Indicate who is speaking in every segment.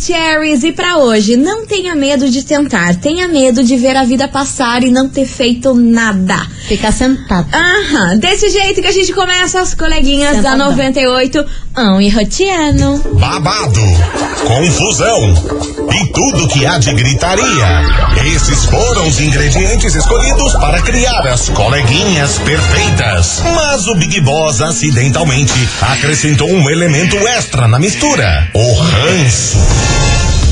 Speaker 1: Cherries e para hoje, não tenha medo de tentar, tenha medo de ver a vida passar e não ter feito nada.
Speaker 2: Ficar sentado.
Speaker 1: Aham, desse jeito que a gente começa as coleguinhas da
Speaker 2: Sentadão.
Speaker 1: 98, Ão e Rotiano.
Speaker 3: babado, confusão e tudo que há de gritaria. Esses foram os ingredientes escolhidos para criar as coleguinhas perfeitas. Mas o Big Boss acidentalmente acrescentou um elemento extra na mistura: o ranço.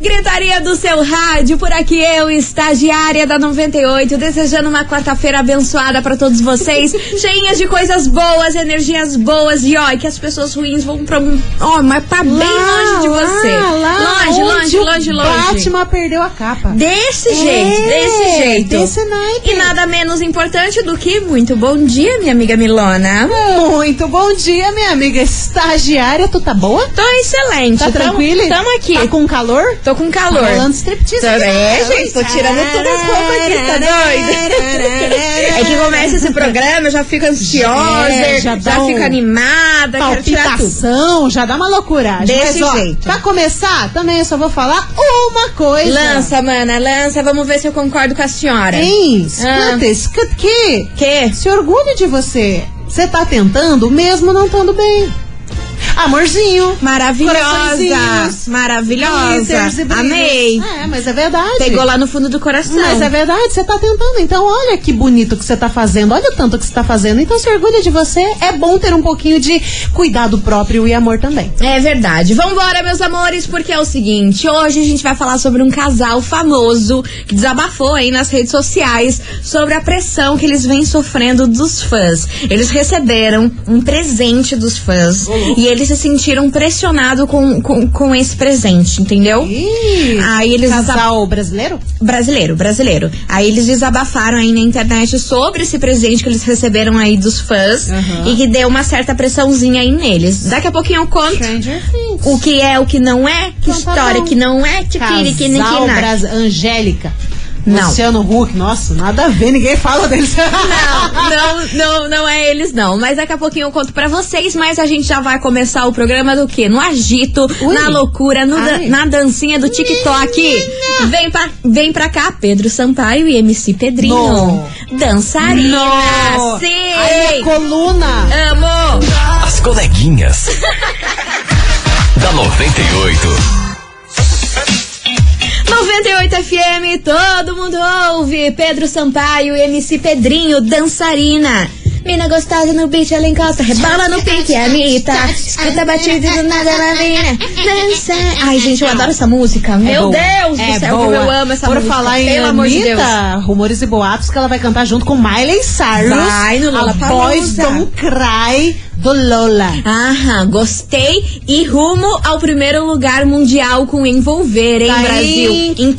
Speaker 1: Gritaria do seu rádio, por aqui eu, estagiária da 98, desejando uma quarta-feira abençoada para todos vocês, cheinha de coisas boas, energias boas e ó, que as pessoas ruins vão pra um. Ó, mas pra bem longe de você. longe, longe, longe, longe.
Speaker 2: Batman perdeu a capa.
Speaker 1: Desse
Speaker 2: É,
Speaker 1: jeito, desse jeito.
Speaker 2: desse naipe.
Speaker 1: E nada menos importante do que muito bom dia, minha amiga Milona.
Speaker 2: Muito bom dia, minha amiga estagiária. Tu tá boa?
Speaker 1: Tô excelente.
Speaker 2: Tá
Speaker 1: tamo-
Speaker 2: tranquila?
Speaker 1: Tamo aqui.
Speaker 2: Tá com calor?
Speaker 1: Tô com calor.
Speaker 2: Rolando striptease. né?
Speaker 1: Tô- É, gente, tô tirando todas as roupas aqui, tá doido? É que começa esse programa, eu já fico ansiosa,
Speaker 2: É,
Speaker 1: já,
Speaker 2: já dá um-
Speaker 1: fico animada, quero tirar tudo.
Speaker 2: Palpitação, já dá uma loucuragem.
Speaker 1: Desse
Speaker 2: Mas, ó,
Speaker 1: jeito.
Speaker 2: Pra começar, também eu só vou falar uma coisa.
Speaker 1: Lança, mana, lança, vamos ver se eu concordo com a senhora.
Speaker 2: Hein?
Speaker 1: Ah.
Speaker 2: Escuta, escuta que
Speaker 1: Que?
Speaker 2: se orgulhe de você. Você tá tentando, mesmo não estando bem. Amorzinho. Coraçõezinhos.
Speaker 1: Maravilhosa, maravilhosa.
Speaker 2: Glitters e brilhos.
Speaker 1: Amei.
Speaker 2: É, mas é verdade.
Speaker 1: Pegou lá no fundo do coração.
Speaker 2: Mas é verdade, você tá tentando. Então, olha que bonito que você tá fazendo, olha o tanto que você tá fazendo. Então, se orgulha de você, é bom ter um pouquinho de cuidado próprio e amor também.
Speaker 1: É verdade. Vambora, meus amores, porque é o seguinte: hoje a gente vai falar sobre um casal famoso que desabafou aí nas redes sociais sobre a pressão que eles vêm sofrendo dos fãs. Eles receberam um presente dos fãs e eles se sentiram pressionados com, com, com esse presente, entendeu?
Speaker 2: Ih,
Speaker 1: Aí eles
Speaker 2: casal brasileiro?
Speaker 1: Brasileiro, brasileiro. Aí eles desabafaram aí na internet sobre esse presente que eles receberam aí dos fãs
Speaker 2: Uhum.
Speaker 1: e que deu uma certa pressãozinha aí neles. Daqui a pouquinho eu conto
Speaker 2: Stranger
Speaker 1: o que é, o que não é, que
Speaker 2: Então tá
Speaker 1: história
Speaker 2: bom.
Speaker 1: que não é, tiquiri que nem que
Speaker 2: Casal
Speaker 1: nada.
Speaker 2: Bras... Angélica.
Speaker 1: Não.
Speaker 2: Luciano Huck, nossa, nada a ver, ninguém fala deles.
Speaker 1: Não, não, não é eles não. Mas daqui a pouquinho eu conto pra vocês, mas a gente já vai começar o programa do quê? No agito,
Speaker 2: Ui.
Speaker 1: na loucura, no da-
Speaker 2: Ai.
Speaker 1: na dancinha do TikTok. Vem pra, vem pra cá, Pedro Sampaio e MC Pedrinho. Dançarina.
Speaker 2: Não.
Speaker 1: Sim.
Speaker 2: Aí a coluna.
Speaker 1: Amo.
Speaker 4: As coleguinhas. da 98.
Speaker 1: 98 FM, todo mundo ouve. Pedro Sampaio, MC Pedrinho, dançarina. Mina gostosa no beat, ela encosta, rebola no pique, Anitta. Escuta a batida do nada, ela vira. Dança. Ai, gente, eu adoro essa música. Meu
Speaker 2: boa.
Speaker 1: Deus
Speaker 2: É
Speaker 1: do céu,
Speaker 2: boa.
Speaker 1: como eu amo essa
Speaker 2: Por
Speaker 1: música.
Speaker 2: falar em
Speaker 1: Pelo amor de Deus.
Speaker 2: Anitta, rumores e boatos que ela vai cantar junto com Miley Cyrus.
Speaker 1: Vai no
Speaker 2: a
Speaker 1: Lollapalooza.
Speaker 2: Boys Don't Cry do Lola.
Speaker 1: Aham, gostei. E rumo ao primeiro lugar mundial com envolver, hein,
Speaker 2: Tá em
Speaker 1: Brasil? Em quinto.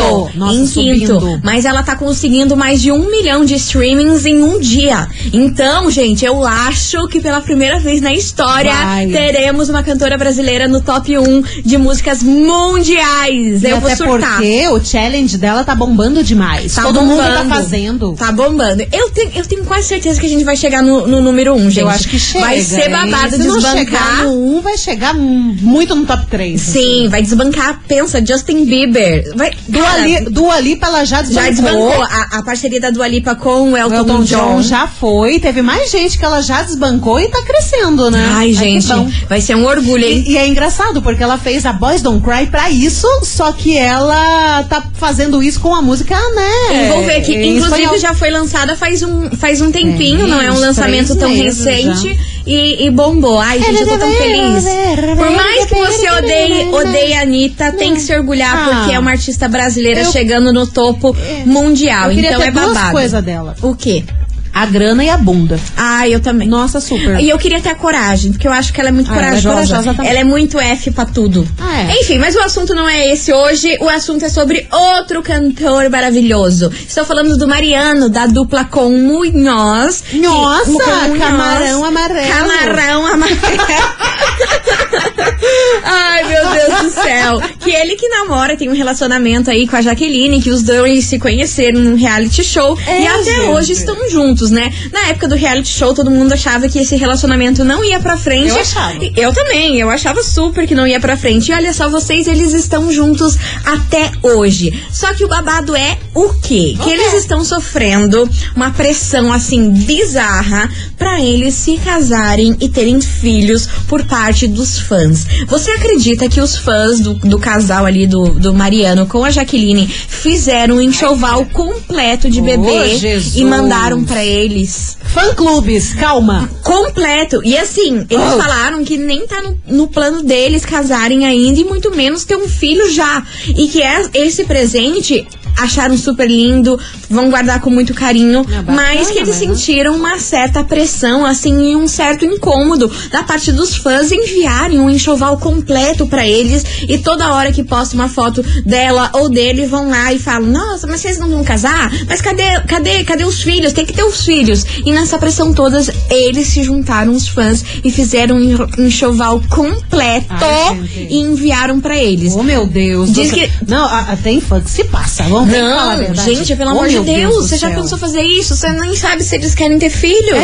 Speaker 2: quinto. Nossa,
Speaker 1: em quinto.
Speaker 2: subindo.
Speaker 1: Mas ela tá conseguindo mais de um milhão de streamings em um dia. Então, gente, eu acho que pela primeira vez na história
Speaker 2: Vai.
Speaker 1: teremos uma cantora brasileira no top 1 de músicas mundiais.
Speaker 2: E
Speaker 1: eu
Speaker 2: até
Speaker 1: vou surtar.
Speaker 2: porque o challenge dela tá bombando demais.
Speaker 1: Tá
Speaker 2: Todo mundo tá
Speaker 1: bombando.
Speaker 2: fazendo.
Speaker 1: Tá bombando. Eu tenho, eu tenho quase certeza que a gente vai chegar no, no número 1, um, gente.
Speaker 2: Eu acho que chega.
Speaker 1: Vai ser
Speaker 2: hein?
Speaker 1: babado
Speaker 2: Se não chegar
Speaker 1: desbancar.
Speaker 2: no 1, vai chegar hum, muito no top 3.
Speaker 1: Sim, vai desbancar. Pensa, Justin Bieber. Vai,
Speaker 2: Dua,
Speaker 1: cara,
Speaker 2: Li, Dua Lipa, ela já desbancou.
Speaker 1: já desbancou a, a parceria da Dua Lipa com o
Speaker 2: O
Speaker 1: Elton,
Speaker 2: Elton
Speaker 1: John.
Speaker 2: John já foi. Teve mais gente que ela já desbancou e tá crescendo, né?
Speaker 1: Ai,
Speaker 2: que
Speaker 1: gente,
Speaker 2: bom.
Speaker 1: vai ser um orgulho, hein?
Speaker 2: E, e é engraçado, porque ela fez a Boys Don't Cry pra isso, só que ela tá fazendo isso com a música, né?
Speaker 1: Envolver que,
Speaker 2: em
Speaker 1: inclusive,
Speaker 2: espanhol.
Speaker 1: já foi lançada faz um, faz um tempinho,
Speaker 2: É,
Speaker 1: não é um
Speaker 2: uns
Speaker 1: lançamento
Speaker 2: três
Speaker 1: tão
Speaker 2: meses
Speaker 1: recente.
Speaker 2: já.
Speaker 1: E, e bombou. Ai, gente, eu tô tão feliz. Por mais que você odeie, odeie a Anitta, tem que se orgulhar,
Speaker 2: Ah.
Speaker 1: porque é uma artista brasileira
Speaker 2: Eu- É.
Speaker 1: chegando no topo mundial.
Speaker 2: Eu queria
Speaker 1: Então
Speaker 2: ter
Speaker 1: é
Speaker 2: duas
Speaker 1: babado.
Speaker 2: coisas dela.
Speaker 1: O quê?
Speaker 2: A grana e a bunda.
Speaker 1: Ah, eu também.
Speaker 2: Nossa, super.
Speaker 1: E eu queria ter a coragem, porque eu acho que ela é muito
Speaker 2: Ah, ela é
Speaker 1: corajosa.
Speaker 2: corajosa também.
Speaker 1: Ela é muito F pra tudo.
Speaker 2: Ah, é.
Speaker 1: Enfim, mas o assunto não é esse hoje. O assunto é sobre outro cantor maravilhoso. Estou falando do Mariano, da dupla com Munhoz. que-
Speaker 2: Nossa,
Speaker 1: com Munhoz.
Speaker 2: camarão amarelo.
Speaker 1: Camarão amarelo. Ai, meu Deus do céu. Que ele que namora, tem um relacionamento aí com a Jaqueline, que os dois se conheceram num reality show.
Speaker 2: É,
Speaker 1: e até
Speaker 2: gente.
Speaker 1: hoje estão juntos, né? Na época do reality show, todo mundo achava que esse relacionamento não ia pra frente.
Speaker 2: Eu achava.
Speaker 1: E Eu também, eu achava super que não ia pra frente. E olha só, vocês, eles estão juntos até hoje. Só que o babado é o quê? Que eles estão sofrendo uma pressão, assim, bizarra pra eles se casarem e terem filhos por parte dos fãs. Você acredita que os fãs do, do casal ali, do, do Mariano com a Jaqueline, fizeram um enxoval completo de bebê
Speaker 2: Oh, Jesus.
Speaker 1: e mandaram pra eles?
Speaker 2: Fã clubes, calma.
Speaker 1: Completo. E assim,
Speaker 2: Oh.
Speaker 1: eles falaram que nem tá no, no plano deles casarem ainda e muito menos ter um filho já. E que é- esse presente acharam super lindo, vão guardar com muito carinho,
Speaker 2: Ah, bacana,
Speaker 1: mas que eles
Speaker 2: mas não.
Speaker 1: sentiram uma certa pressão, assim, e um certo incômodo da parte dos fãs enviarem um enxoval completo pra eles e toda hora que posta uma foto dela ou dele vão lá e falam: "Nossa, mas vocês não vão casar? Mas cadê, cadê, cadê os filhos? Tem que ter os filhos". E nessa pressão todas eles se juntaram os fãs e fizeram um enro- enxoval completo
Speaker 2: Ai, gente.
Speaker 1: e enviaram pra eles.
Speaker 2: Oh, meu Deus.
Speaker 1: Diz
Speaker 2: Você-
Speaker 1: que-
Speaker 2: Não, a- a- tem fã que se passa. Vamos vamos falar a
Speaker 1: Não,
Speaker 2: verdade.
Speaker 1: gente, pelo
Speaker 2: Oh,
Speaker 1: amor de
Speaker 2: meu
Speaker 1: Deus,
Speaker 2: do
Speaker 1: você já
Speaker 2: céu.
Speaker 1: pensou fazer isso? Você nem sabe se eles querem ter filhos.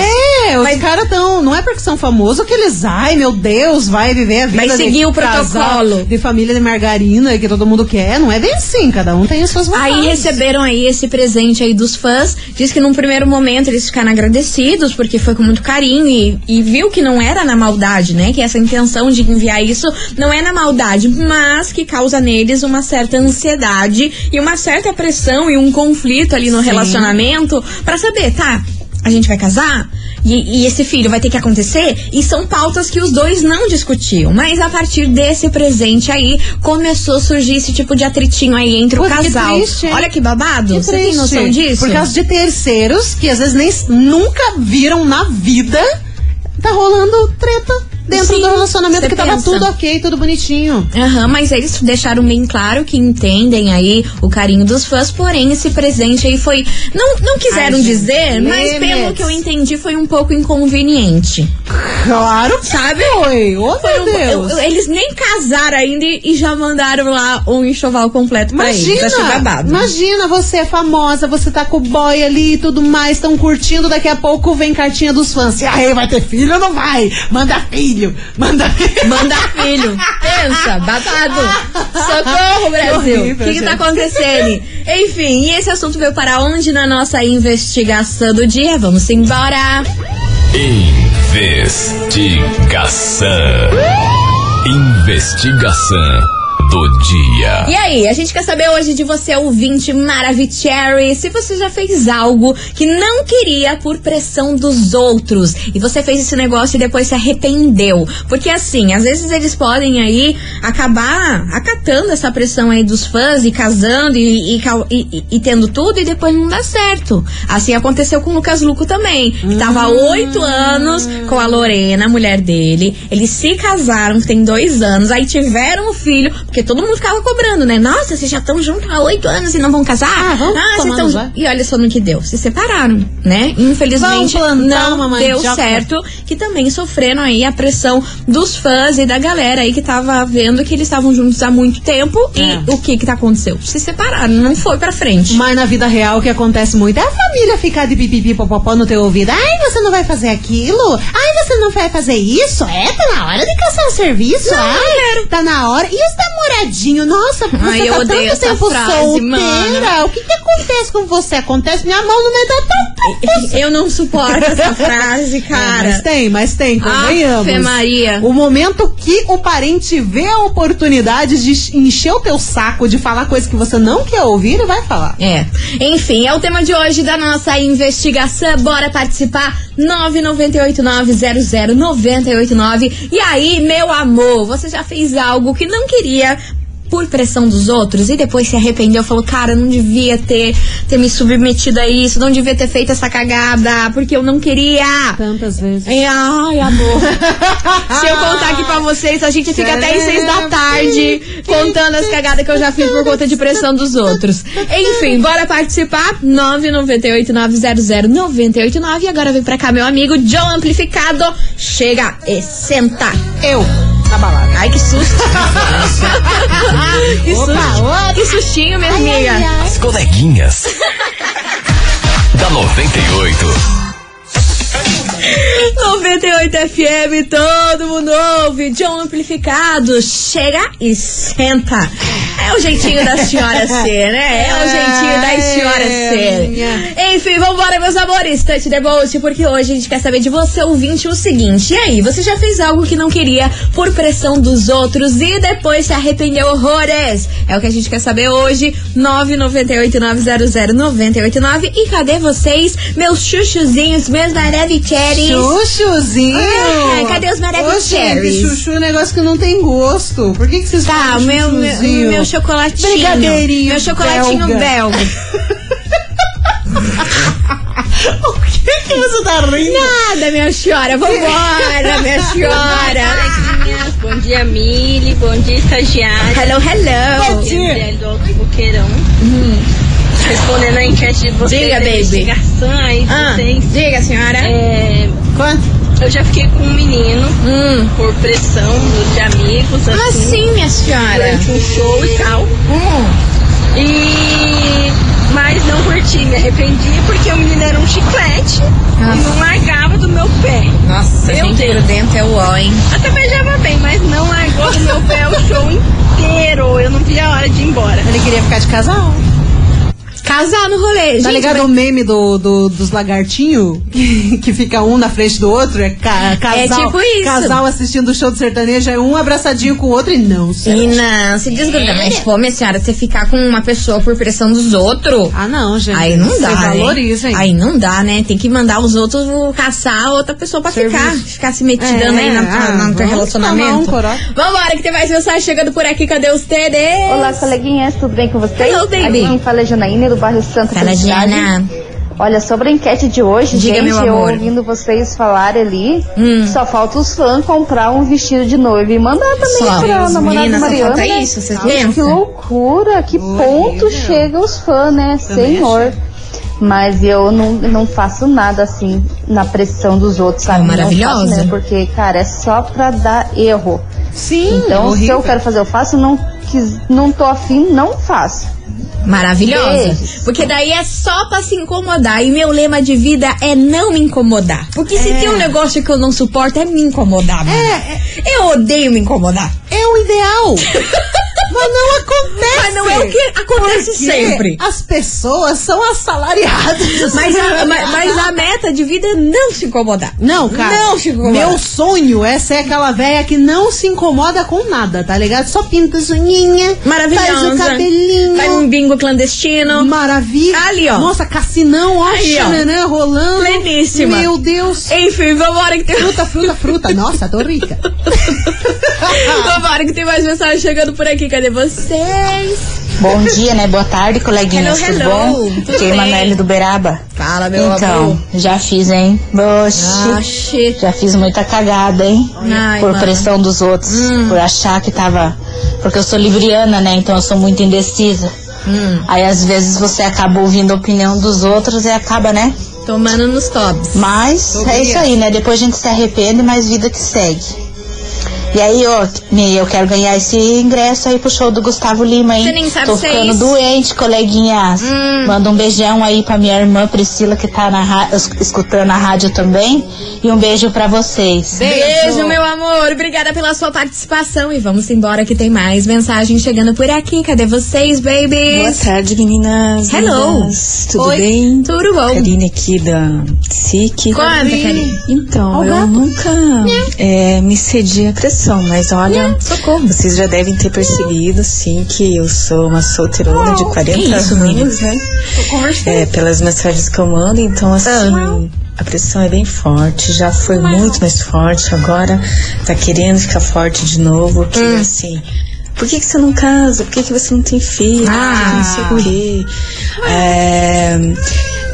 Speaker 2: É, os
Speaker 1: Vai-
Speaker 2: caras tão. Não é porque são famosos que eles. Ai, meu Deus, vai viver a vida.
Speaker 1: Vai
Speaker 2: de
Speaker 1: seguir o
Speaker 2: casal,
Speaker 1: protocolo.
Speaker 2: De família de margarina que todo mundo quer. Não é bem assim, cada um tem as suas vontades.
Speaker 1: Aí receberam aí esse presente aí dos fãs. Diz que num primeiro momento eles ficaram agradecidos, porque foi com muito carinho e, e viu que não era na maldade, né? Que essa intenção de enviar isso não é na maldade, mas que causa neles uma certa ansiedade e uma certa pressão e um conflito ali no
Speaker 2: Sim.
Speaker 1: relacionamento pra saber, tá? A gente vai casar? E, e esse filho vai ter que acontecer? E são pautas que os dois não discutiam. Mas a partir desse presente aí, começou a surgir esse tipo de atritinho aí entre pro
Speaker 2: Pô, que
Speaker 1: casal.
Speaker 2: triste, hein?
Speaker 1: Olha que babado.
Speaker 2: Que
Speaker 1: Você tem
Speaker 2: triste.
Speaker 1: noção disso?
Speaker 2: Por causa de terceiros que às vezes nem s- nunca viram na vida, tá rolando treta dentro
Speaker 1: Sim,
Speaker 2: do relacionamento
Speaker 1: você
Speaker 2: que tava
Speaker 1: pensa.
Speaker 2: tudo ok, tudo bonitinho.
Speaker 1: Aham, mas eles deixaram bem claro que entendem aí o carinho dos fãs, porém esse presente aí foi. Não, não quiseram
Speaker 2: Ai, gente,
Speaker 1: dizer, mas
Speaker 2: limites.
Speaker 1: pelo que eu entendi foi um pouco inconveniente.
Speaker 2: Claro que
Speaker 1: Sabe?
Speaker 2: foi. Ô,
Speaker 1: Foi
Speaker 2: meu
Speaker 1: um-
Speaker 2: Deus.
Speaker 1: eu- eu- eles nem casaram ainda e e já mandaram lá um enxoval completo pra eles. Achei
Speaker 2: Imagina,
Speaker 1: babado.
Speaker 2: imagina, você é famosa, você tá com o boy ali e tudo mais, estão curtindo, daqui a pouco vem cartinha dos fãs. E aí, vai ter filho ou não vai? Manda filho, manda filho.
Speaker 1: Manda filho. Pensa, babado. Socorro,
Speaker 2: Que
Speaker 1: Brasil. O que,
Speaker 2: horrível,
Speaker 1: que tá
Speaker 2: gente.
Speaker 1: acontecendo? Enfim, e esse assunto veio para onde na nossa investigação do dia? Vamos embora.
Speaker 4: Investigação. Investigação do dia.
Speaker 1: E aí, a gente quer saber hoje de você, ouvinte Maravicherry, se você já fez algo que não queria por pressão dos outros. E você fez esse negócio e depois se arrependeu. Porque assim, às vezes eles podem aí acabar acatando essa pressão aí dos fãs e casando e, e cau- e- e- e tendo tudo e depois não dá certo. Assim aconteceu com o Lucas Luco também, que tava há
Speaker 2: Hum.
Speaker 1: oito anos com a Lorena, a mulher dele. Eles se casaram, tem dois anos, aí tiveram o filho, porque todo mundo ficava cobrando, né? Nossa, vocês já estão juntos há oito anos e não vão casar?
Speaker 2: Ah, vamos
Speaker 1: vocês
Speaker 2: tomar no
Speaker 1: tão-
Speaker 2: zóio.
Speaker 1: E olha só no que deu. Se separaram, né? Infelizmente,
Speaker 2: Vão plantar
Speaker 1: não
Speaker 2: uma
Speaker 1: deu
Speaker 2: mandioca.
Speaker 1: certo certo, que também sofreram aí a pressão dos fãs e da galera aí que tava vendo que eles estavam juntos há muito tempo
Speaker 2: É.
Speaker 1: e o que que tá aconteceu? Se separaram, não foi pra frente.
Speaker 2: Mas na vida real o que acontece muito é a família ficar de pipipi popopó no teu ouvido. Ai, você não vai fazer aquilo? Ai, você não vai fazer isso? É, tá na hora de caçar o serviço? Ai, tá na hora. E os namoradinhos? Nossa, você
Speaker 1: Ai, eu
Speaker 2: tá
Speaker 1: odeio
Speaker 2: tanto
Speaker 1: essa
Speaker 2: tempo
Speaker 1: frase,
Speaker 2: solteira.
Speaker 1: mano.
Speaker 2: O que que acontece com você? Acontece minha mão no meio da tua...
Speaker 1: Eu não suporto essa frase, cara.
Speaker 2: É, mas tem, mas tem, convenhamos.
Speaker 1: Afe Maria.
Speaker 2: O momento que o parente vê a oportunidade de encher o teu saco, de falar coisa que você não quer ouvir, ele vai falar.
Speaker 1: É. Enfim, é o tema de hoje da nossa investigação. Bora participar! 998900989. E aí, meu amor, você já fez algo que não queria por pressão dos outros e depois se arrependeu, falou, cara, eu não devia ter, ter me submetido a isso, não devia ter feito essa cagada, porque eu não queria.
Speaker 2: Tantas vezes.
Speaker 1: E, Ai, amor. Se eu contar aqui pra vocês, a gente fica até às seis da tarde contando as cagadas que eu já fiz por conta de pressão dos outros. Enfim, bora participar. 998-900-989. E agora vem pra cá, meu amigo John Amplificado. Chega e senta.
Speaker 2: Eu, na balada.
Speaker 1: Ai, que susto. que, susto.
Speaker 2: Opa,
Speaker 1: que sustinho, minha amiga.
Speaker 4: As coleguinhas. da 98.
Speaker 1: 98 FM, todo mundo ouve. John Amplificado, chega e senta. É o jeitinho da senhora ser, né? É o jeitinho da senhora
Speaker 2: É, minha.
Speaker 1: ser. Enfim, vambora, meus amores. Touch the boat, porque hoje a gente quer saber de você, ouvinte, o seguinte. E aí, você já fez algo que não queria por pressão dos outros e depois se arrependeu horrores? É o que a gente quer saber hoje. 998-900-989. E cadê vocês, meus chuchuzinhos, meus maravicheris?
Speaker 2: Chuchuzinho!
Speaker 1: É, cadê os maravilhosos?
Speaker 2: Ô, gente, chuchu é um negócio que não tem gosto. Por que, que vocês
Speaker 1: Tá,
Speaker 2: falam
Speaker 1: meu, meu,
Speaker 2: chuchuzinho?
Speaker 1: meu chocolatinho.
Speaker 2: Brigadeirinho
Speaker 1: Meu chocolatinho
Speaker 2: belga.
Speaker 1: belga.
Speaker 2: Por que, que você tá rindo?
Speaker 1: Nada, Ah, minha senhora. Vambora, minha senhora.
Speaker 5: Coleguinhas, bom dia Mili, bom dia estagiário.
Speaker 1: Hello, hello. Hum.
Speaker 5: Gabriel do Alto Boqueirão. Respondendo a enquete de vocês,
Speaker 1: Diga,
Speaker 5: a
Speaker 1: baby.
Speaker 5: investigação aí de
Speaker 1: Ah,
Speaker 5: vocês.
Speaker 1: diga,
Speaker 6: né?
Speaker 1: senhora.
Speaker 5: É,
Speaker 2: Quanto?
Speaker 5: eu já fiquei com um menino
Speaker 1: Hum.
Speaker 5: por pressão dos de amigos,
Speaker 6: Ah,
Speaker 1: Como
Speaker 5: assim,
Speaker 1: assim, minha senhora?
Speaker 5: durante um show e tal.
Speaker 1: Hum.
Speaker 5: E mas não curti, me arrependi porque o menino era um chiclete
Speaker 6: Ah.
Speaker 5: e não largava do meu pé.
Speaker 1: Nossa,
Speaker 5: Meu
Speaker 1: gente
Speaker 5: Deus.
Speaker 1: grudento é o ó, hein?
Speaker 5: Até beijava bem, mas não largou do meu pé o show inteiro. Eu não vi a hora de ir embora.
Speaker 2: Ele queria ficar de casal.
Speaker 1: Casar no rolê,
Speaker 2: Tá
Speaker 1: gente.
Speaker 2: ligado
Speaker 1: mas-
Speaker 2: o meme do, do- dos lagartinhos? Que fica um na frente do outro? É ca- casal.
Speaker 1: tipo isso.
Speaker 2: Casal assistindo o show do sertanejo, é um abraçadinho com o outro e não,
Speaker 1: E
Speaker 2: sério.
Speaker 1: não, se desgruda. Mas, pô, minha senhora, você ficar com uma pessoa por pressão dos outros.
Speaker 2: Ah, não, gente.
Speaker 1: Aí não dá,
Speaker 2: Você
Speaker 1: né?
Speaker 2: valoriza, hein?
Speaker 1: Aí não dá, né? Tem que mandar os outros caçar outra pessoa pra
Speaker 2: Serviço.
Speaker 1: ficar. Ficar se metidando
Speaker 2: É,
Speaker 1: aí na,
Speaker 2: ah,
Speaker 1: na, no teu
Speaker 2: vamos tomar
Speaker 1: relacionamento.
Speaker 2: um corote.
Speaker 1: Vambora, que tem mais mensagem chegando por aqui. Cadê os TD?
Speaker 7: Olá, coleguinhas, tudo bem com vocês?
Speaker 1: Hello, baby.
Speaker 7: Aqui quem fala é Janaína do bairro Santa
Speaker 1: Fala,
Speaker 7: Felicidade.
Speaker 1: Jana.
Speaker 7: Olha, sobre a enquete de hoje,
Speaker 1: Diga,
Speaker 7: gente,
Speaker 1: meu
Speaker 7: eu
Speaker 1: amor.
Speaker 7: ouvindo vocês falar ali,
Speaker 1: Hum.
Speaker 7: só falta os fãs comprar um vestido de noiva e mandar também
Speaker 1: Só.
Speaker 7: pra
Speaker 1: Deus,
Speaker 7: namorada
Speaker 1: menina,
Speaker 7: do
Speaker 1: só
Speaker 7: Mariana.
Speaker 1: falta
Speaker 7: né?
Speaker 1: isso, vocês
Speaker 7: Gente, Que
Speaker 1: pensam?
Speaker 7: loucura, que
Speaker 2: Olha.
Speaker 7: ponto chega os fãs, né?
Speaker 2: Também
Speaker 7: Senhor. Mas eu não, não faço nada assim na pressão dos outros, sabe? Não faço,
Speaker 1: maravilhosa.
Speaker 7: né? Porque, cara, é só pra dar erro.
Speaker 2: Sim, é
Speaker 8: é
Speaker 7: Então, se
Speaker 2: horrível.
Speaker 7: eu quero fazer, eu faço. Não, quis, não tô afim, não faço.
Speaker 1: Maravilhosa.
Speaker 7: Beijos.
Speaker 1: Porque daí é só pra se incomodar. E meu lema de vida é não me incomodar. Porque
Speaker 2: É.
Speaker 1: se tem um negócio que eu não suporto é me incomodar, mano. Eu odeio me incomodar.
Speaker 2: É o ideal. Mas não acontece.
Speaker 1: Mas não é o que acontece
Speaker 2: Porque
Speaker 1: sempre.
Speaker 2: As pessoas são assalariadas.
Speaker 1: Mas a, ma- mas a meta de vida é não se incomodar.
Speaker 2: Não, cara.
Speaker 1: Não se incomoda.
Speaker 2: Meu sonho é ser aquela velha que não se incomoda com nada, tá ligado? Só pinta as unhinhas.
Speaker 1: Maravilhosa.
Speaker 2: Faz o cabelinho.
Speaker 1: Faz um bingo clandestino.
Speaker 2: Maravilha.
Speaker 1: Ali, ó.
Speaker 2: Nossa, cassinão, ó.
Speaker 1: Aí, ó.
Speaker 2: xananã rolando.
Speaker 1: Pleníssima.
Speaker 2: Meu Deus.
Speaker 1: Enfim, vambora que tem.
Speaker 2: Fruta, fruta, fruta. Nossa, tô rica.
Speaker 1: vambora que tem mais mensagem chegando por aqui. Cadê vocês?
Speaker 8: Bom dia, né? Boa tarde, coleguinhas.
Speaker 1: Hello,
Speaker 8: tudo
Speaker 1: hello.
Speaker 8: bom?
Speaker 1: Tudo
Speaker 8: Aqui é
Speaker 1: bem?
Speaker 8: Emanuele do Beraba.
Speaker 1: Fala, meu
Speaker 8: então,
Speaker 1: amor.
Speaker 8: já fiz, hein?
Speaker 1: Ah,
Speaker 8: Oxi,
Speaker 1: shit.
Speaker 8: já fiz muita cagada, hein?
Speaker 1: Ai,
Speaker 8: por
Speaker 1: mano. Hum.
Speaker 8: pressão dos outros, por achar que tava. Porque eu sou libriana, né? Então eu sou muito indecisa.
Speaker 1: Hum,
Speaker 8: Aí às vezes você acaba ouvindo a opinião dos outros e acaba, né?
Speaker 1: tomando nos tops.
Speaker 8: Mas é isso aí, né? Depois a gente se arrepende, mas vida que segue. E aí, ó, me- eu quero ganhar esse ingresso aí pro show do Gustavo Lima, hein?
Speaker 1: Você nem sabe
Speaker 8: Tô
Speaker 1: se é
Speaker 8: ficando
Speaker 1: isso. Hum.
Speaker 8: doente, coleguinhas. Manda um beijão aí pra minha irmã Priscila, que tá na ra- es- escutando a rádio também. E um beijo pra vocês.
Speaker 1: Beijo. meu amor. Obrigada pela sua participação. E vamos embora que tem mais mensagem chegando por aqui. Cadê vocês,
Speaker 6: Boa
Speaker 1: babies?
Speaker 6: tarde, meninas.
Speaker 1: Hello.
Speaker 6: Meninas, Tudo
Speaker 1: Oi,
Speaker 6: bem?
Speaker 1: Tudo bom.
Speaker 6: Karine aqui da SIC.
Speaker 1: Conta, Karine.
Speaker 6: Então,
Speaker 2: Ó, o
Speaker 6: eu
Speaker 2: gato. Né?
Speaker 6: nunca é, me cedi à pressão, mas olha,
Speaker 1: Hum. Socorro.
Speaker 6: vocês já devem ter percebido, sim, que eu sou uma solteirona de 40
Speaker 1: que isso,
Speaker 6: anos, né? É, pelas mensagens que eu mando, então assim. A pressão é bem forte, já foi
Speaker 1: Hum.
Speaker 6: muito mais forte, agora tá querendo ficar forte de novo, que assim, Por que, que você não casa? Por que, que você não tem filho?
Speaker 1: Ah.
Speaker 6: Não sei o quê. É,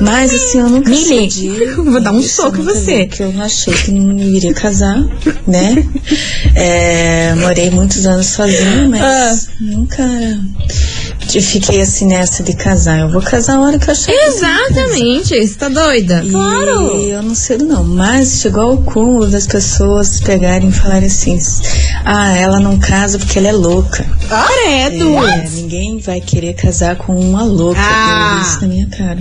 Speaker 6: mas assim, eu nunca
Speaker 1: Mili,
Speaker 6: cedi.
Speaker 1: eu vou dar um
Speaker 6: Isso, é
Speaker 1: soco em
Speaker 6: nunca
Speaker 1: você.
Speaker 6: vi, Que eu não achei que não iria casar, né? É, morei muitos anos sozinha, mas
Speaker 1: Ah.
Speaker 6: nunca. Eu fiquei assim nessa de casar. Eu vou casar a hora que eu achar. que
Speaker 1: Exatamente, você tá doida?
Speaker 6: Claro. E eu não sei não, mas chegou ao cúmulo das pessoas pegarem e falarem assim: ah, ela não casa porque ela é louca.
Speaker 1: Credo!
Speaker 6: É, ninguém vai querer casar com uma louca.
Speaker 1: Ah.
Speaker 6: Eu vi isso na minha cara.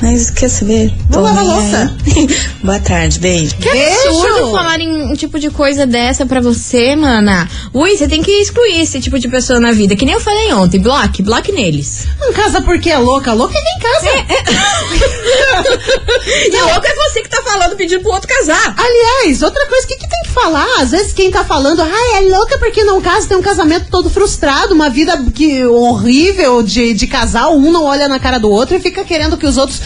Speaker 6: Mas quer saber? Tô
Speaker 2: lavar
Speaker 6: nem
Speaker 2: louça.
Speaker 6: aí. Boa tarde, beijo.
Speaker 1: Que absurdo falarem um tipo de coisa dessa pra você, mana. Ui, você tem que excluir esse tipo de pessoa na vida. Que nem eu falei ontem, bloque, bloque neles.
Speaker 2: Não casa porque é louca. Louca é quem casa.
Speaker 1: E louco é você que tá falando pedindo pro outro casar.
Speaker 2: Aliás, outra coisa, o que, que tem que falar? Às vezes quem tá falando, ah, é louca porque não casa, tem um casamento todo frustrado, uma vida que, horrível de, de casal, um não olha na cara do outro e fica querendo que os outros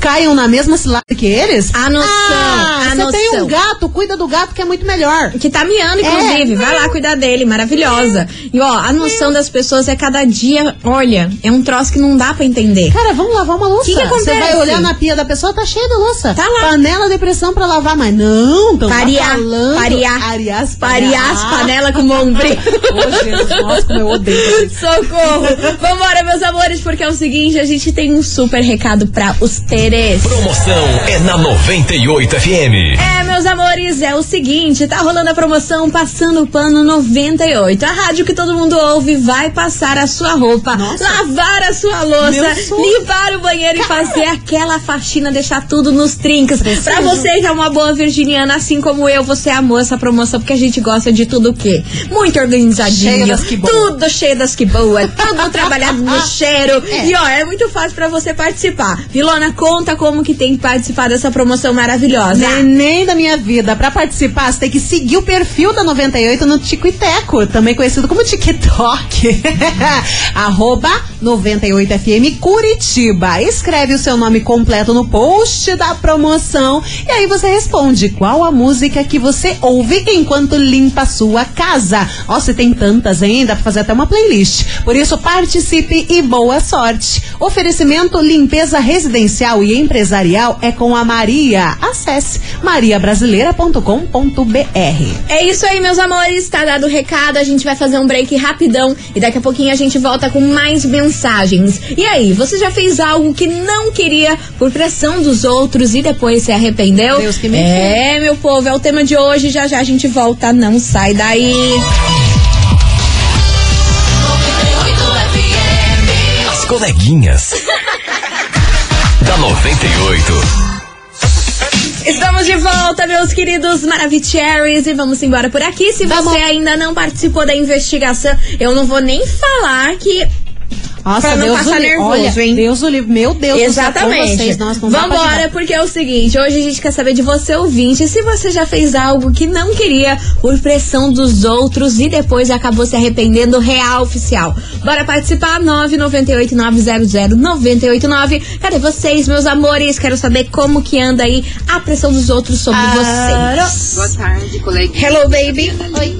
Speaker 2: caiam na mesma cilada que eles.
Speaker 1: A noção,
Speaker 2: Ah,
Speaker 1: a
Speaker 2: você tem
Speaker 1: noção.
Speaker 2: um gato, cuida do gato que é muito melhor.
Speaker 1: Que tá miando, inclusive. Vai lá cuidar dele, maravilhosa. E ó, a noção das pessoas é cada dia, olha, é um troço que não dá pra entender.
Speaker 2: Cara, vamos lavar uma louça.
Speaker 1: Que que
Speaker 2: Você vai
Speaker 1: acontece?
Speaker 2: olhar na pia da pessoa, tá cheia de louça.
Speaker 1: Tá lá.
Speaker 2: Panela de pressão pra lavar, mas não, tão lá
Speaker 1: Parear,
Speaker 2: falando.
Speaker 1: parear,
Speaker 2: Parear, as-
Speaker 1: Parear as panelas com o ombro.
Speaker 2: Ô, Jesus, nossa, como eu odeio.
Speaker 1: Socorro! Vambora, meus amores, porque é o seguinte, a gente tem um super recado pra os teres.
Speaker 4: Promoção é na 98 FM.
Speaker 1: É, meus amores, é o seguinte, tá rolando a promoção Passando o Pano 98. A rádio que todo mundo ouve vai passar a sua roupa, lavar a sua louça,
Speaker 2: Meu sonho.
Speaker 1: limpar o banheiro e fazer aquela faxina, deixar tudo nos trinques. Pra você que é uma boa virginiana, assim como eu, você amou essa promoção, porque a gente gosta de tudo o quê? Muito organizadinho,
Speaker 2: Cheio das que boa.
Speaker 1: tudo cheio das que boa, tudo trabalhado no cheiro. E ó, é muito fácil pra você participar. Vilona, conta como que tem que participar dessa promoção maravilhosa.
Speaker 2: Neném da minha vida. Pra participar, você tem que seguir o perfil da 98 no Tico e Teco, também conhecido como TikTok. Arroba 98FM Curitiba. Escreve o seu nome completo no post da promoção e aí você responde qual a música que você ouve enquanto limpa a sua casa. Ó, você tem tantas, hein? Dá pra fazer até uma playlist. Por isso, participe e boa sorte. Oferecimento Limpeza Residencial e Empresarial é com a Maria. Acesse mariabrasileira.com.br.
Speaker 1: É isso aí, meus amores. Tá dado o recado. A gente vai fazer um break rapidão e daqui a pouquinho a gente volta com mais mensagens. E aí, você já fez algo que não queria por pressão dos outros e depois se arrependeu?
Speaker 2: Deus que me
Speaker 1: É, meu povo, é o tema de hoje. Já já a gente volta. Não sai daí.
Speaker 4: As coleguinhas. da 98.
Speaker 1: Estamos de volta, meus queridos Maravicheries, e vamos embora por aqui. Se você ainda não participou da investigação, eu não vou nem falar que
Speaker 2: Nossa,
Speaker 1: Pra não passar
Speaker 2: o livre.
Speaker 1: nervoso,
Speaker 2: Olha,
Speaker 1: hein?
Speaker 2: Deus o livre. Meu Deus do céu, com
Speaker 1: Exatamente.
Speaker 2: vocês. Nossa, não dá pra
Speaker 1: Vambora,
Speaker 2: ajudar.
Speaker 1: porque é o seguinte: hoje a gente quer saber de você, ouvinte, se você já fez algo que não queria por pressão dos outros e depois acabou se arrependendo real oficial. Bora participar? 998-900-989. Cadê vocês, meus amores? Quero saber como que anda aí a pressão dos outros sobre vocês.
Speaker 9: Ah, Boa tarde, coleguinha.
Speaker 1: Hello, baby.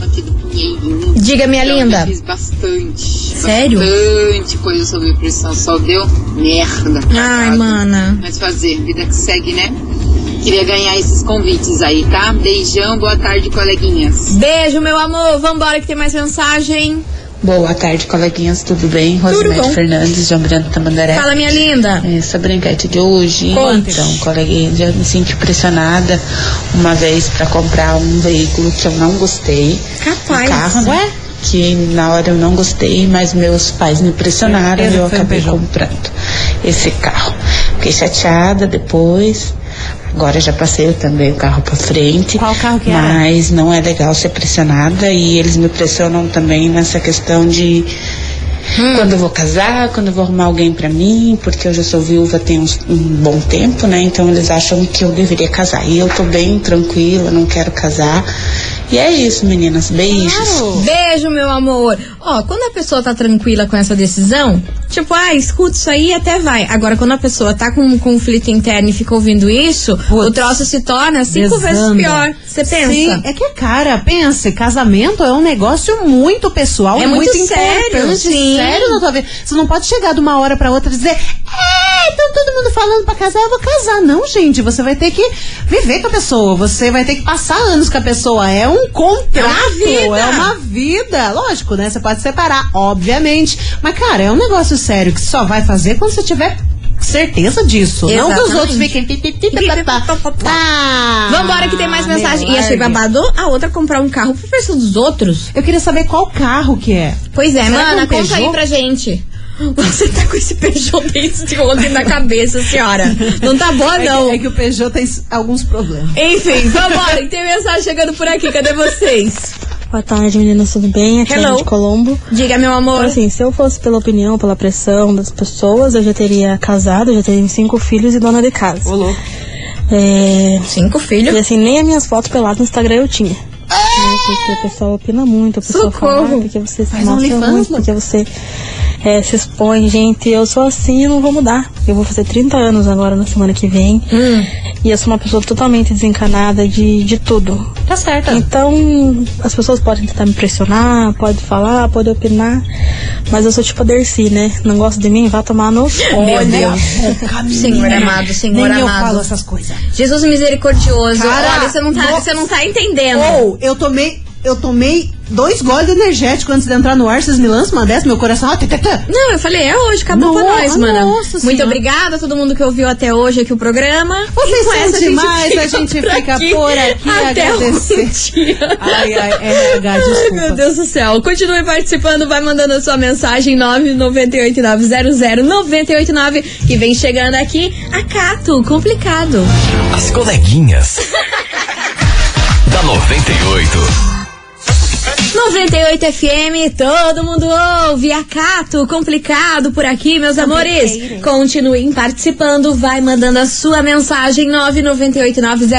Speaker 9: Aqui do Pinheirinho.
Speaker 1: Diga, minha
Speaker 9: Então,
Speaker 1: linda.
Speaker 9: Eu fiz bastante.
Speaker 1: Sério?
Speaker 9: Bastante coisa sobre pressão. Só deu merda.
Speaker 1: Ai,
Speaker 9: cagada.
Speaker 1: mana.
Speaker 9: Mas fazer, vida que segue, né? Queria ganhar esses convites aí, tá? Beijão, boa tarde, coleguinhas.
Speaker 1: Beijo, meu amor. Vambora que tem mais mensagem.
Speaker 6: Boa tarde, coleguinhas, tudo bem?
Speaker 1: bom.
Speaker 6: Rosemary Fernandes, de Ambrano Tamandaré.
Speaker 1: Fala, minha linda.
Speaker 6: É, sobre a enquete de hoje,
Speaker 1: Conte.
Speaker 6: então, coleguinha, já me senti pressionada uma vez para comprar um veículo que eu não gostei. Um
Speaker 1: Capaz.
Speaker 6: carro, né?
Speaker 2: Ué?
Speaker 6: Que na hora eu não gostei, mas meus pais me pressionaram
Speaker 2: Esse
Speaker 6: e eu
Speaker 2: foi o
Speaker 6: acabei
Speaker 2: Peugeot.
Speaker 6: comprando esse carro. Fiquei chateada depois. Agora já passei também o carro pra frente.
Speaker 2: Qual carro que era?
Speaker 6: Mas não é legal ser pressionada e eles me pressionam também nessa questão de quando eu vou casar, quando eu vou arrumar alguém pra mim, porque eu já sou viúva tem uns- um bom tempo, né? Então eles acham que eu deveria casar. E eu tô bem tranquila, não quero casar. E é isso, meninas. Beijos.
Speaker 1: Beijo, meu amor. Ó, quando a pessoa tá tranquila com essa decisão, tipo, ah, escuta isso aí e até vai. Agora, quando a pessoa tá com um conflito interno e fica ouvindo isso, o troço se torna cinco vezes
Speaker 2: Desanda.
Speaker 1: pior. Você pensa?
Speaker 2: Sim, é que, cara, pensa, casamento é um negócio muito pessoal,
Speaker 1: É
Speaker 2: e muito,
Speaker 1: muito sério,
Speaker 2: importante,
Speaker 1: sim.
Speaker 2: sério na tua vida. Você não pode chegar de uma hora pra outra e dizer, é, então todo mundo falando pra casar, eu vou casar. Não, gente, você vai ter que viver com a pessoa, você vai ter que passar anos com a pessoa. É um contrato,
Speaker 1: É
Speaker 2: é
Speaker 1: uma vida.
Speaker 2: uma vida. Lógico, né? Você pode separar, obviamente. Mas, cara, é um negócio sério que só vai fazer quando você tiver certeza disso. Não que os
Speaker 1: Exatamente.
Speaker 2: outros fiquem... pi, pi, pi, pi, pá, pá. Ah,
Speaker 1: Vambora que tem mais
Speaker 2: meu,
Speaker 1: mensagem. E achei
Speaker 2: largue.
Speaker 1: babado a outra comprar um carro por preço dos outros.
Speaker 2: Eu queria saber qual carro que é.
Speaker 1: Pois é,
Speaker 2: Será que é
Speaker 1: mana,
Speaker 2: um
Speaker 1: conta aí
Speaker 2: Peugeot?
Speaker 1: pra gente. Você tá com esse Peugeot desde ontem na cabeça, senhora. Não tá boa,
Speaker 2: É que-
Speaker 1: não.
Speaker 2: É que, o Peugeot tem s- alguns problemas.
Speaker 1: Enfim, vambora, que tem mensagem chegando por aqui. Cadê vocês?
Speaker 10: Boa tarde, meninas, tudo bem? Aqui é
Speaker 1: Hello.
Speaker 10: a de Colombo.
Speaker 1: Diga, meu amor.
Speaker 10: Assim, se eu fosse pela opinião, pela pressão das pessoas, eu já teria casado, eu já teria cinco filhos e dona de casa.
Speaker 2: Ô, louco.
Speaker 10: É,
Speaker 1: Cinco
Speaker 10: E
Speaker 1: filhos.
Speaker 10: assim, nem as minhas fotos peladas no Instagram eu tinha.
Speaker 2: Ah!
Speaker 10: Né, Porque o pessoal opina muito, a pessoa
Speaker 1: Socorro.
Speaker 10: fala, "Ah, porque você se
Speaker 2: Faz um
Speaker 10: mostra
Speaker 2: OnlyFans,
Speaker 10: muito,
Speaker 2: louco."
Speaker 10: porque você é, se expõe, gente. Eu sou assim e não vou mudar. Eu vou fazer 30 anos agora na semana que vem.
Speaker 2: Hum.
Speaker 10: E eu sou uma pessoa totalmente desencanada de, de tudo.
Speaker 2: Tá certa.
Speaker 10: Então, as pessoas podem tentar me pressionar, podem falar, podem opinar. Mas eu sou tipo a Dercy, né? Não gosta de mim? Vá tomar no cu,
Speaker 1: Meu
Speaker 10: né?
Speaker 1: Deus. Senhor amado, Senhor
Speaker 2: Nem eu falo
Speaker 1: amado.
Speaker 2: essas coisas.
Speaker 1: Jesus misericordioso.
Speaker 2: Cara,
Speaker 1: Olha, você não, tá,
Speaker 2: nossa. Oh.
Speaker 1: você não tá entendendo.
Speaker 2: Ou eu tomei, eu tomei dois goles de energético antes de entrar no ar, vocês me lançam uma dessa, meu coração. ó, tê, tê, tê.
Speaker 1: Não, eu falei, é hoje, acabou pra
Speaker 2: Nossa,
Speaker 1: nós, mana.
Speaker 2: nossa
Speaker 1: Muito
Speaker 2: senhora.
Speaker 1: obrigada a todo mundo que ouviu até hoje aqui o programa.
Speaker 2: Vocês
Speaker 1: E com
Speaker 2: são
Speaker 1: essa
Speaker 2: demais, a gente
Speaker 1: por
Speaker 2: fica por aqui
Speaker 1: até
Speaker 2: agradecer.
Speaker 1: algum dia.
Speaker 2: Ai, ai, é, RH,
Speaker 1: Ai,
Speaker 2: desculpa.
Speaker 1: meu Deus do céu. Continue participando, vai mandando a sua mensagem 998900989 que vem chegando aqui a Cato, complicado.
Speaker 4: As coleguinhas. da 98.
Speaker 1: 98 FM, todo mundo ouve. Acato, complicado por aqui, meus amores. Continuem participando, vai mandando a sua mensagem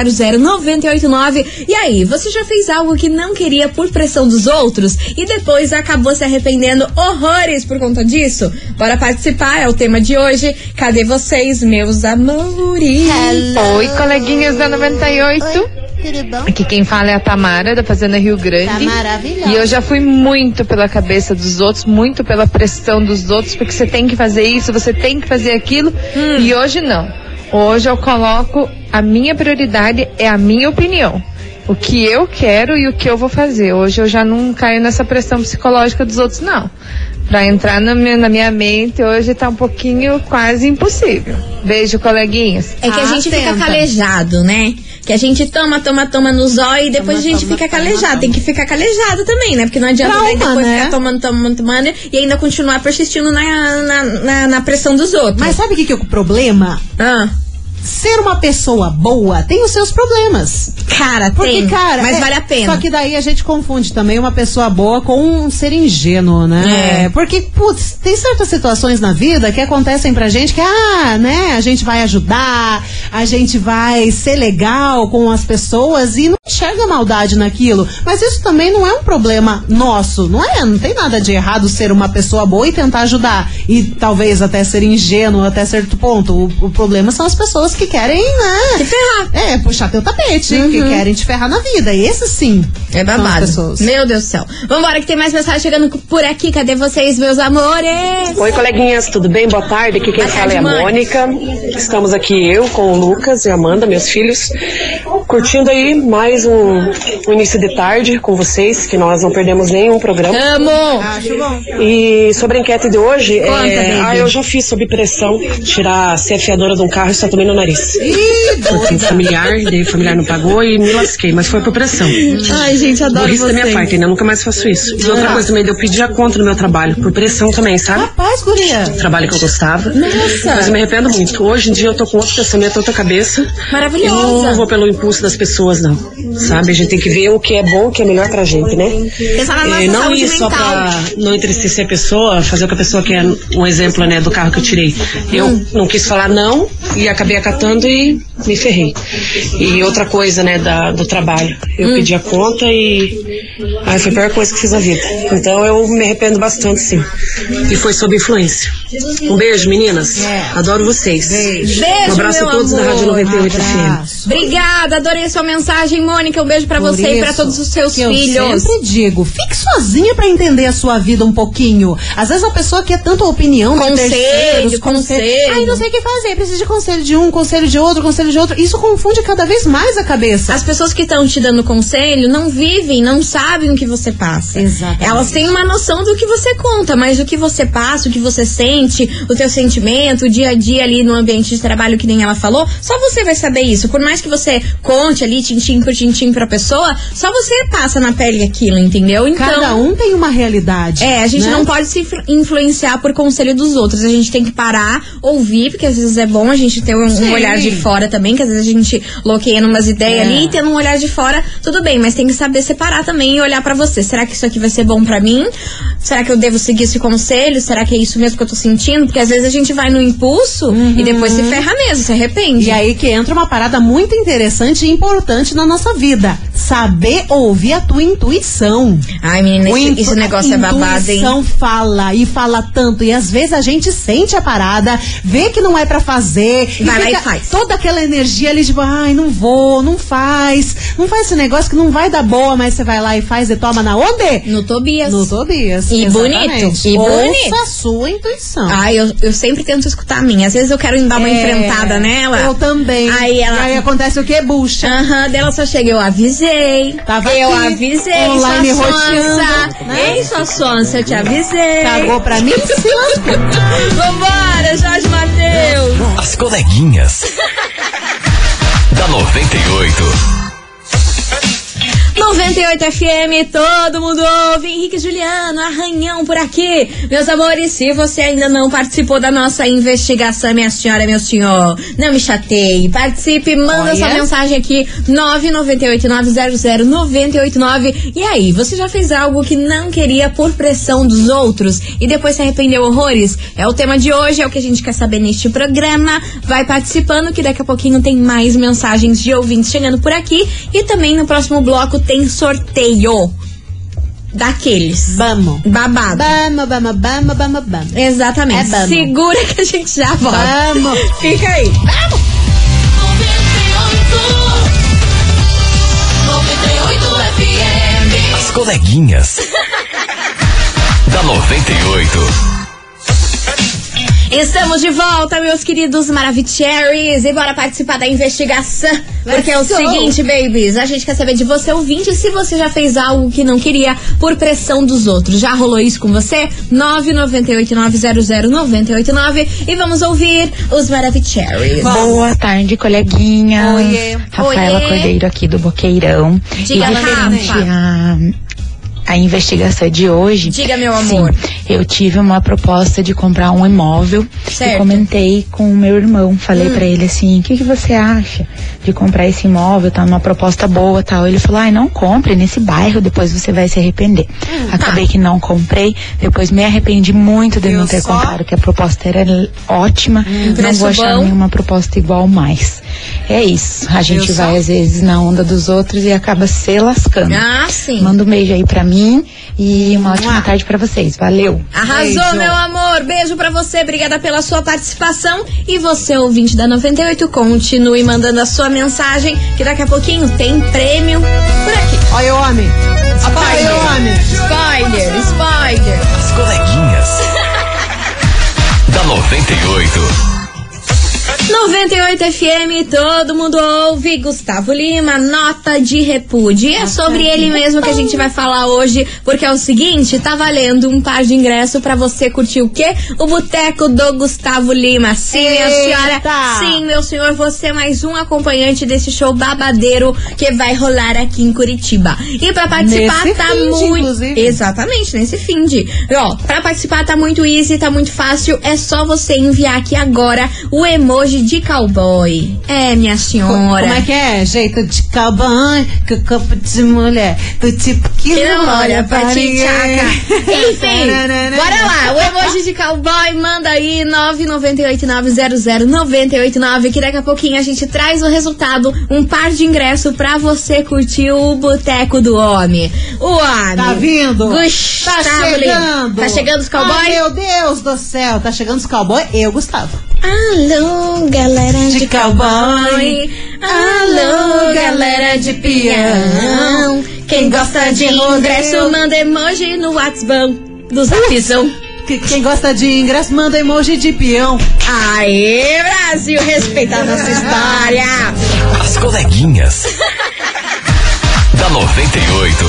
Speaker 1: 998900989. E aí, você já fez algo que não queria por pressão dos outros e depois acabou se arrependendo horrores por conta disso? Bora participar, é o tema de hoje. Cadê vocês, meus amores?
Speaker 9: Oi, coleguinhas da 98.
Speaker 2: Tudo bom?
Speaker 9: Aqui quem fala é a Tamara, da Fazenda Rio
Speaker 2: Tá
Speaker 9: Grande.
Speaker 2: maravilhosa.
Speaker 9: E eu já fui muito pela cabeça dos outros, muito pela pressão dos outros, porque você tem que fazer isso, você tem que fazer aquilo. E hoje não. Hoje eu coloco a minha prioridade é a minha opinião. O que eu quero e o que eu vou fazer. Hoje eu já não caio nessa pressão psicológica dos outros, não. Pra entrar na minha, na minha mente hoje tá um pouquinho quase impossível. Beijo, coleguinhas.
Speaker 1: É que a
Speaker 2: Ah,
Speaker 1: gente fica
Speaker 2: tenta.
Speaker 1: calejado, né? Que a gente toma, toma, toma no zóio e depois a gente fica calejado. Tem que ficar calejado também, né? Porque não adianta daí
Speaker 2: Trauma,
Speaker 1: depois
Speaker 2: né?
Speaker 1: ficar tomando, tomando, tomando e ainda continuar persistindo na, na, na- na pressão dos outros.
Speaker 2: Mas sabe o que, que é o problema?
Speaker 1: Ah,
Speaker 2: Ser uma pessoa boa tem os seus problemas.
Speaker 1: cara,
Speaker 2: Porque,
Speaker 1: tem.
Speaker 2: cara.
Speaker 1: mas
Speaker 2: é,
Speaker 1: vale a pena.
Speaker 2: Só que daí a gente confunde também uma pessoa boa com um ser ingênuo, né?
Speaker 1: É.
Speaker 2: Porque, putz, tem certas situações na vida que acontecem pra gente que, ah, né, a gente vai ajudar, a gente vai ser legal com as pessoas e não enxerga maldade naquilo. Mas isso também não é um problema nosso, não é? Não tem nada de errado ser uma pessoa boa e tentar ajudar. E talvez até ser ingênuo até certo ponto. O, o problema são as pessoas que querem, né?
Speaker 1: Se ferrar.
Speaker 2: É, puxar teu tapete, que querem te ferrar na vida. Esse sim.
Speaker 1: É
Speaker 2: são as
Speaker 1: babado.
Speaker 2: pessoas.
Speaker 1: Meu Deus do céu. Vambora, que tem mais mensagem chegando por aqui. Cadê vocês, meus amores?
Speaker 11: Oi, coleguinhas, tudo bem? Boa tarde. Aqui quem
Speaker 1: Boa
Speaker 11: fala é a
Speaker 1: tarde,
Speaker 11: Mônica. Estamos aqui eu com o Lucas e a Amanda, meus filhos, curtindo aí mais um, um início de tarde com vocês, que nós não perdemos nenhum programa.
Speaker 1: Amo!
Speaker 2: Acho bom.
Speaker 11: E sobre a enquete de hoje, é,
Speaker 1: baby.
Speaker 11: ah, eu já fiz sob pressão tirar a cefiadora de um carro e só tomei no nariz. Eu tenho familiar, daí o familiar não pagou e me lasquei, mas foi por pressão.
Speaker 1: Ai, gente, adoro
Speaker 11: Burrice da
Speaker 1: vocês. Ah.
Speaker 11: minha parte, ainda nunca mais faço isso. E outra coisa também, de eu pedir a conta no meu trabalho, por pressão também, sabe?
Speaker 2: Rapaz, guria.
Speaker 11: trabalho que eu gostava.
Speaker 1: Nossa.
Speaker 11: Mas eu me arrependo muito. Hoje em dia eu tô com outro pensamento, outra cabeça.
Speaker 1: Maravilhosa.
Speaker 11: Eu não vou pelo impulso das pessoas, não. Sabe? A gente tem que ver o que é bom, o que é melhor pra gente, né?
Speaker 1: Pensar na
Speaker 2: É,
Speaker 1: nossa
Speaker 11: Eh, não
Speaker 1: saúde
Speaker 11: ir só
Speaker 1: mental.
Speaker 11: pra não entristecer a pessoa, fazer o que a pessoa
Speaker 1: Hum.
Speaker 11: quer. Um exemplo, né, do carro que eu tirei. Eu não quis falar não e acabei acatando e me ferrei. E outra coisa, né, da, do trabalho. Eu
Speaker 1: Hum.
Speaker 11: pedi a conta e. Ai, foi a pior coisa que fiz na vida. Então eu me arrependo bastante, sim. E foi sob influência. Um beijo, meninas. Adoro vocês. Beijo.
Speaker 1: É. Beijo,
Speaker 11: Um abraço
Speaker 1: meu
Speaker 11: a todos
Speaker 1: amor. Um
Speaker 11: da Rádio 98 FM.
Speaker 1: Obrigada, adorei sua mensagem, Mônica. Um beijo pra
Speaker 2: Por
Speaker 1: você e pra
Speaker 2: isso
Speaker 1: todos os seus
Speaker 2: que eu
Speaker 1: filhos.
Speaker 2: sempre digo, fique sozinha pra entender a sua vida um pouquinho. Às vezes a pessoa quer tanto a opinião de
Speaker 1: Conselho,
Speaker 2: terceiros,
Speaker 1: conselho.
Speaker 2: Ai, não sei o que fazer, preciso de conselho de um, conselho de outro, conselho de outro. Isso confunde cada vez mais a cabeça.
Speaker 1: As pessoas que estão te dando conselho não vivem, não sabem o que você passa. Exato. Elas têm uma noção do que você conta, mas o que você passa, o que você sente, o teu sentimento, o dia a dia ali no ambiente de trabalho que nem ela falou, só você vai saber isso. Por mais que você conte ali tintim por tintim pra pessoa, só você passa na pele aquilo, entendeu? Então,
Speaker 2: Cada um tem uma realidade.
Speaker 1: É, a gente
Speaker 2: né?
Speaker 1: não pode se influ- influenciar por conselho dos outros. A gente tem que parar, ouvir, porque às vezes é bom a gente ter um, um
Speaker 2: Sim.
Speaker 1: olhar de fora também, que às vezes a gente bloqueia numas ideias
Speaker 2: É.
Speaker 1: ali e tendo um olhar de fora, tudo bem, mas tem que saber separar também e olhar pra você. Será que isso aqui vai ser bom pra mim? Será que eu devo seguir esse conselho? Será que é isso mesmo que eu tô sentindo? Porque às vezes a gente vai no impulso e depois se ferra mesmo, se arrepende.
Speaker 2: Uhum. E aí que entra uma parada muito interessante e importante na nossa vida. Saber ouvir a tua intuição.
Speaker 1: Ai, menina,
Speaker 2: O
Speaker 1: esse,
Speaker 2: intu-
Speaker 1: esse negócio é babado, hein?
Speaker 2: intuição fala e fala tanto. E às vezes a gente sente a parada, vê que não é pra fazer.
Speaker 1: Vai lá e
Speaker 2: fica
Speaker 1: faz.
Speaker 2: Toda aquela energia ali, tipo, ai, não vou, não faz. Não faz esse negócio que não vai dar boa, mas você vai lá e faz e toma na onde?
Speaker 1: No Tobias.
Speaker 2: No Tobias.
Speaker 1: E
Speaker 2: exatamente.
Speaker 1: bonito, e
Speaker 2: Ouça
Speaker 1: bonito.
Speaker 2: a sua intuição.
Speaker 1: Ai, eu, eu sempre tento escutar a minha. Às vezes eu quero dar uma
Speaker 2: É,
Speaker 1: enfrentada nela.
Speaker 2: Eu também.
Speaker 1: Aí ela-
Speaker 2: E aí acontece o que? Bucha.
Speaker 1: Aham, dela só chega, eu avisei.
Speaker 2: Tava
Speaker 1: eu
Speaker 2: aqui,
Speaker 1: avisei,
Speaker 2: online
Speaker 1: sua sonsa.
Speaker 2: roteando, né?
Speaker 1: Ei, sua sonsa, eu te avisei.
Speaker 2: Cagou pra mim? Se lascou.
Speaker 1: Vambora, Jorge Matheus.
Speaker 4: As coleguinhas. da 98.
Speaker 1: 98 FM, todo mundo ouve. Henrique e Juliano, arranhão por aqui. Meus amores, se você ainda não participou da nossa investigação, minha senhora, meu senhor, não me chateie. Participe, manda
Speaker 2: Olha.
Speaker 1: sua mensagem aqui, 998-900-989. E aí, você já fez algo que não queria por pressão dos outros e depois se arrependeu horrores? É o tema de hoje, é o que a gente quer saber neste programa. Vai participando que daqui a pouquinho tem mais mensagens de ouvintes chegando por aqui. E também no próximo bloco tem sorteio daqueles.
Speaker 2: Vamos.
Speaker 1: Babado.
Speaker 2: Bama, bama, bama, bama, bama. É
Speaker 1: Exatamente.
Speaker 2: bama.
Speaker 1: Segura que a gente já volta.
Speaker 2: Vamos.
Speaker 1: Fica aí.
Speaker 4: As coleguinhas. da 98.
Speaker 1: Estamos de volta, meus queridos Maravicheries. E bora participar da investigação. Porque é o
Speaker 2: Let's go.
Speaker 1: seguinte, babies. A gente quer saber de você, ouvinte, se você já fez algo que não queria por pressão dos outros. Já rolou isso com você? 998-900-989. E vamos ouvir os Maravicheries.
Speaker 12: Boa tarde, coleguinha.
Speaker 1: Oiê.
Speaker 12: Rafaela
Speaker 1: Oiê.
Speaker 12: Cordeiro aqui do Boqueirão.
Speaker 1: Diga,
Speaker 12: e referente
Speaker 1: Rafa.
Speaker 12: à a investigação de hoje.
Speaker 1: Diga, meu amor.
Speaker 12: sim, eu tive uma proposta de comprar um imóvel e comentei com o meu irmão. Falei
Speaker 1: Hum.
Speaker 12: pra ele assim: o que, que você acha de comprar esse imóvel? Tá numa proposta boa tal. Ele falou: ai, não compre nesse bairro, depois você vai se arrepender.
Speaker 1: Hum.
Speaker 12: Acabei que não comprei, depois me arrependi muito de não ter comprado, que a proposta era l- ótima. não
Speaker 1: Hum, preço
Speaker 12: vou achar
Speaker 1: bom.
Speaker 12: nenhuma proposta igual mais. É isso. A gente
Speaker 1: Viu só?
Speaker 12: vai às vezes na onda dos outros e acaba se lascando.
Speaker 1: Ah, sim.
Speaker 12: Manda um beijo aí pra mim e uma ótima
Speaker 1: Mua.
Speaker 12: tarde pra vocês. Valeu.
Speaker 1: Arrasou,
Speaker 12: Beijo.
Speaker 1: meu amor. Beijo pra você. Obrigada pela sua participação. E você, ouvinte da 98, continue mandando a sua mensagem, que daqui a pouquinho tem prêmio por aqui.
Speaker 2: Olha o homem.
Speaker 1: tá
Speaker 2: Olha o homem.
Speaker 1: Spoiler, spoiler.
Speaker 4: As coleguinhas. da 98.
Speaker 1: 98 FM, todo mundo ouve. Gustavo Lima, nota de repúdio. E é sobre ele mesmo que a gente vai falar hoje, porque é o seguinte: tá valendo um par de ingresso pra você curtir o quê? O Boteco do Gustavo Lima. Sim, minha
Speaker 2: Eita!
Speaker 1: senhora. Sim, meu senhor, você é mais um acompanhante desse show babadeiro que vai rolar aqui em Curitiba. E pra participar,
Speaker 2: Nesse
Speaker 1: tá
Speaker 2: fim de,
Speaker 1: muito.
Speaker 2: inclusive.
Speaker 1: Exatamente, nesse fim de. Ó, pra participar tá muito easy, tá muito fácil. É só você enviar aqui agora o emoji de cowboy. É, minha senhora.
Speaker 2: Como é que é? Jeito de cowboy, que corpo de mulher, do tipo que,
Speaker 1: que não olha pra tchaca. Enfim, bora lá. O emoji de cowboy manda aí 998900989 que daqui a pouquinho a gente traz o resultado, um par de ingresso pra você curtir o Boteco do Homem. O homem.
Speaker 2: Tá vindo.
Speaker 1: Gustavo
Speaker 2: tá chegando.
Speaker 1: Tá chegando os cowboys?
Speaker 2: Ai, meu Deus do céu, tá chegando os cowboys? Eu, Gustavo.
Speaker 1: Alô, galera de,
Speaker 2: de cowboy.
Speaker 1: Alô, galera de peão. Quem gosta de ingresso, manda emoji no WhatsApp do Zapizão.
Speaker 2: Quem gosta de ingresso, manda emoji de peão.
Speaker 1: Aê, Brasil, respeita a nossa história.
Speaker 4: As coleguinhas. da 98.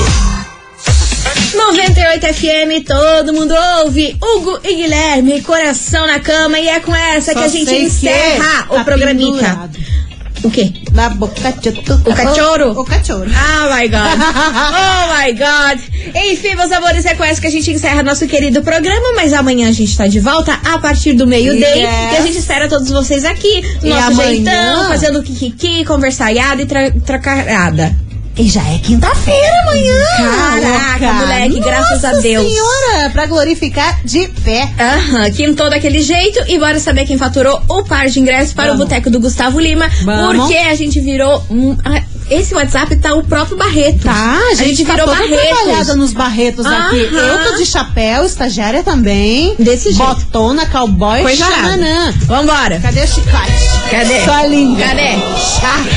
Speaker 1: 98 FM, todo mundo ouve. Hugo e Guilherme, coração na cama. E é com essa
Speaker 2: Só
Speaker 1: que a gente
Speaker 2: sei que
Speaker 1: encerra
Speaker 2: tá
Speaker 1: o programinha.
Speaker 2: pendurado.
Speaker 1: O quê?
Speaker 2: Na boca de tudo.
Speaker 1: O cachorro?
Speaker 2: O cachorro.
Speaker 1: Oh my god. Oh my god. Enfim, meus amores, é com essa que a gente encerra nosso querido programa, mas amanhã a gente tá de volta a partir do meio-dia.
Speaker 2: Yes.
Speaker 1: E a gente espera todos vocês aqui, no
Speaker 2: E
Speaker 1: nosso
Speaker 2: amanhã?
Speaker 1: jeitão, fazendo kikiki, conversaiada e tra trocarada.
Speaker 2: E já é quinta-feira amanhã.
Speaker 1: Caraca,
Speaker 2: louca.
Speaker 1: moleque, graças a
Speaker 2: Nossa
Speaker 1: Deus.
Speaker 2: senhora, pra glorificar de pé.
Speaker 1: Aham, quintou daquele jeito e bora saber quem faturou o par de ingressos para o boteco do Gustavo Lima.
Speaker 2: Vamos.
Speaker 1: Porque a gente virou um. ah, Esse WhatsApp tá o próprio Barreto.
Speaker 2: Tá, a gente, tá
Speaker 1: virou
Speaker 2: toda trabalhada
Speaker 1: Barreto.
Speaker 2: nos barretos aqui.
Speaker 1: Aham.
Speaker 2: Eu tô de chapéu, estagiária também.
Speaker 1: Desse jeito.
Speaker 2: Botona, cowboy,
Speaker 1: Coisa arada.
Speaker 2: xamanã.
Speaker 1: Vambora.
Speaker 2: Cadê o chicote?
Speaker 1: Cadê?
Speaker 2: Sua língua.
Speaker 1: Cadê?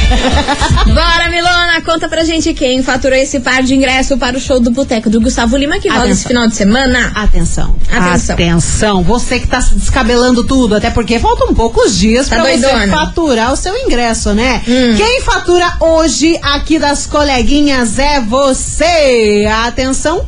Speaker 1: Bora, Milona, conta pra gente quem faturou esse par de ingresso para o show do Boteco do Gustavo Lima que rola
Speaker 2: Atenção.
Speaker 1: esse final de semana.
Speaker 2: Atenção.
Speaker 1: Atenção.
Speaker 2: Atenção. Você que tá se descabelando tudo, até porque faltam poucos dias
Speaker 1: Tá
Speaker 2: pra
Speaker 1: doidona. Hum.
Speaker 2: você faturar o seu ingresso, né? Quem fatura hoje aqui das coleguinhas é você. Atenção.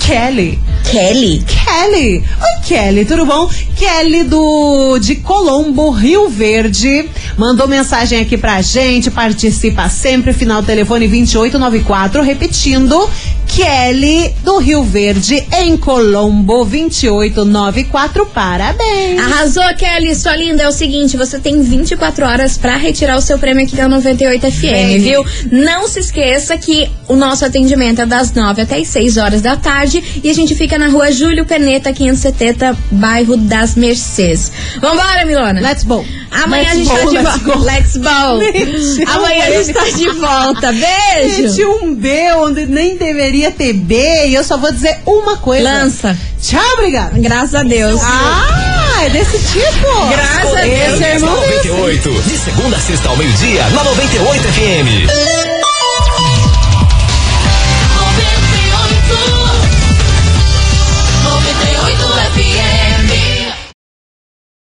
Speaker 2: Kelly.
Speaker 1: Kelly.
Speaker 2: Kelly. Oi, Kelly, tudo bom? Kelly do de Colombo, Rio Verde, mandou mensagem aqui pra gente, participa sempre, final telefone 2894, repetindo, Kelly do Rio Verde, em Colombo, 2894, parabéns.
Speaker 1: Arrasou, Kelly, sua linda. É o seguinte, você tem 24 horas pra retirar o seu prêmio aqui da 98 FM,
Speaker 2: Bem.
Speaker 1: viu? Não se esqueça que o nosso atendimento é das 9 até as 6 horas da tarde e a gente fica na rua Júlio Peneta, 570, bairro das Mercês. Vambora, Milona!
Speaker 2: Let's go.
Speaker 1: Amanhã
Speaker 2: Let's
Speaker 1: a
Speaker 2: go,
Speaker 1: gente tá
Speaker 2: let's
Speaker 1: de volta.
Speaker 2: go.
Speaker 1: Let's
Speaker 2: Gente,
Speaker 1: go! Amanhã a gente tá de volta. Beijo!
Speaker 2: Gente, um B onde nem deveria ter B, e eu só vou dizer uma coisa.
Speaker 1: Lança.
Speaker 2: Tchau, obrigada.
Speaker 1: Graças a Deus.
Speaker 2: Ah, é desse tipo.
Speaker 1: Graças a Deus.
Speaker 2: Esse é irmão desse.
Speaker 4: 98. De segunda a sexta ao meio-dia, na 98 FM.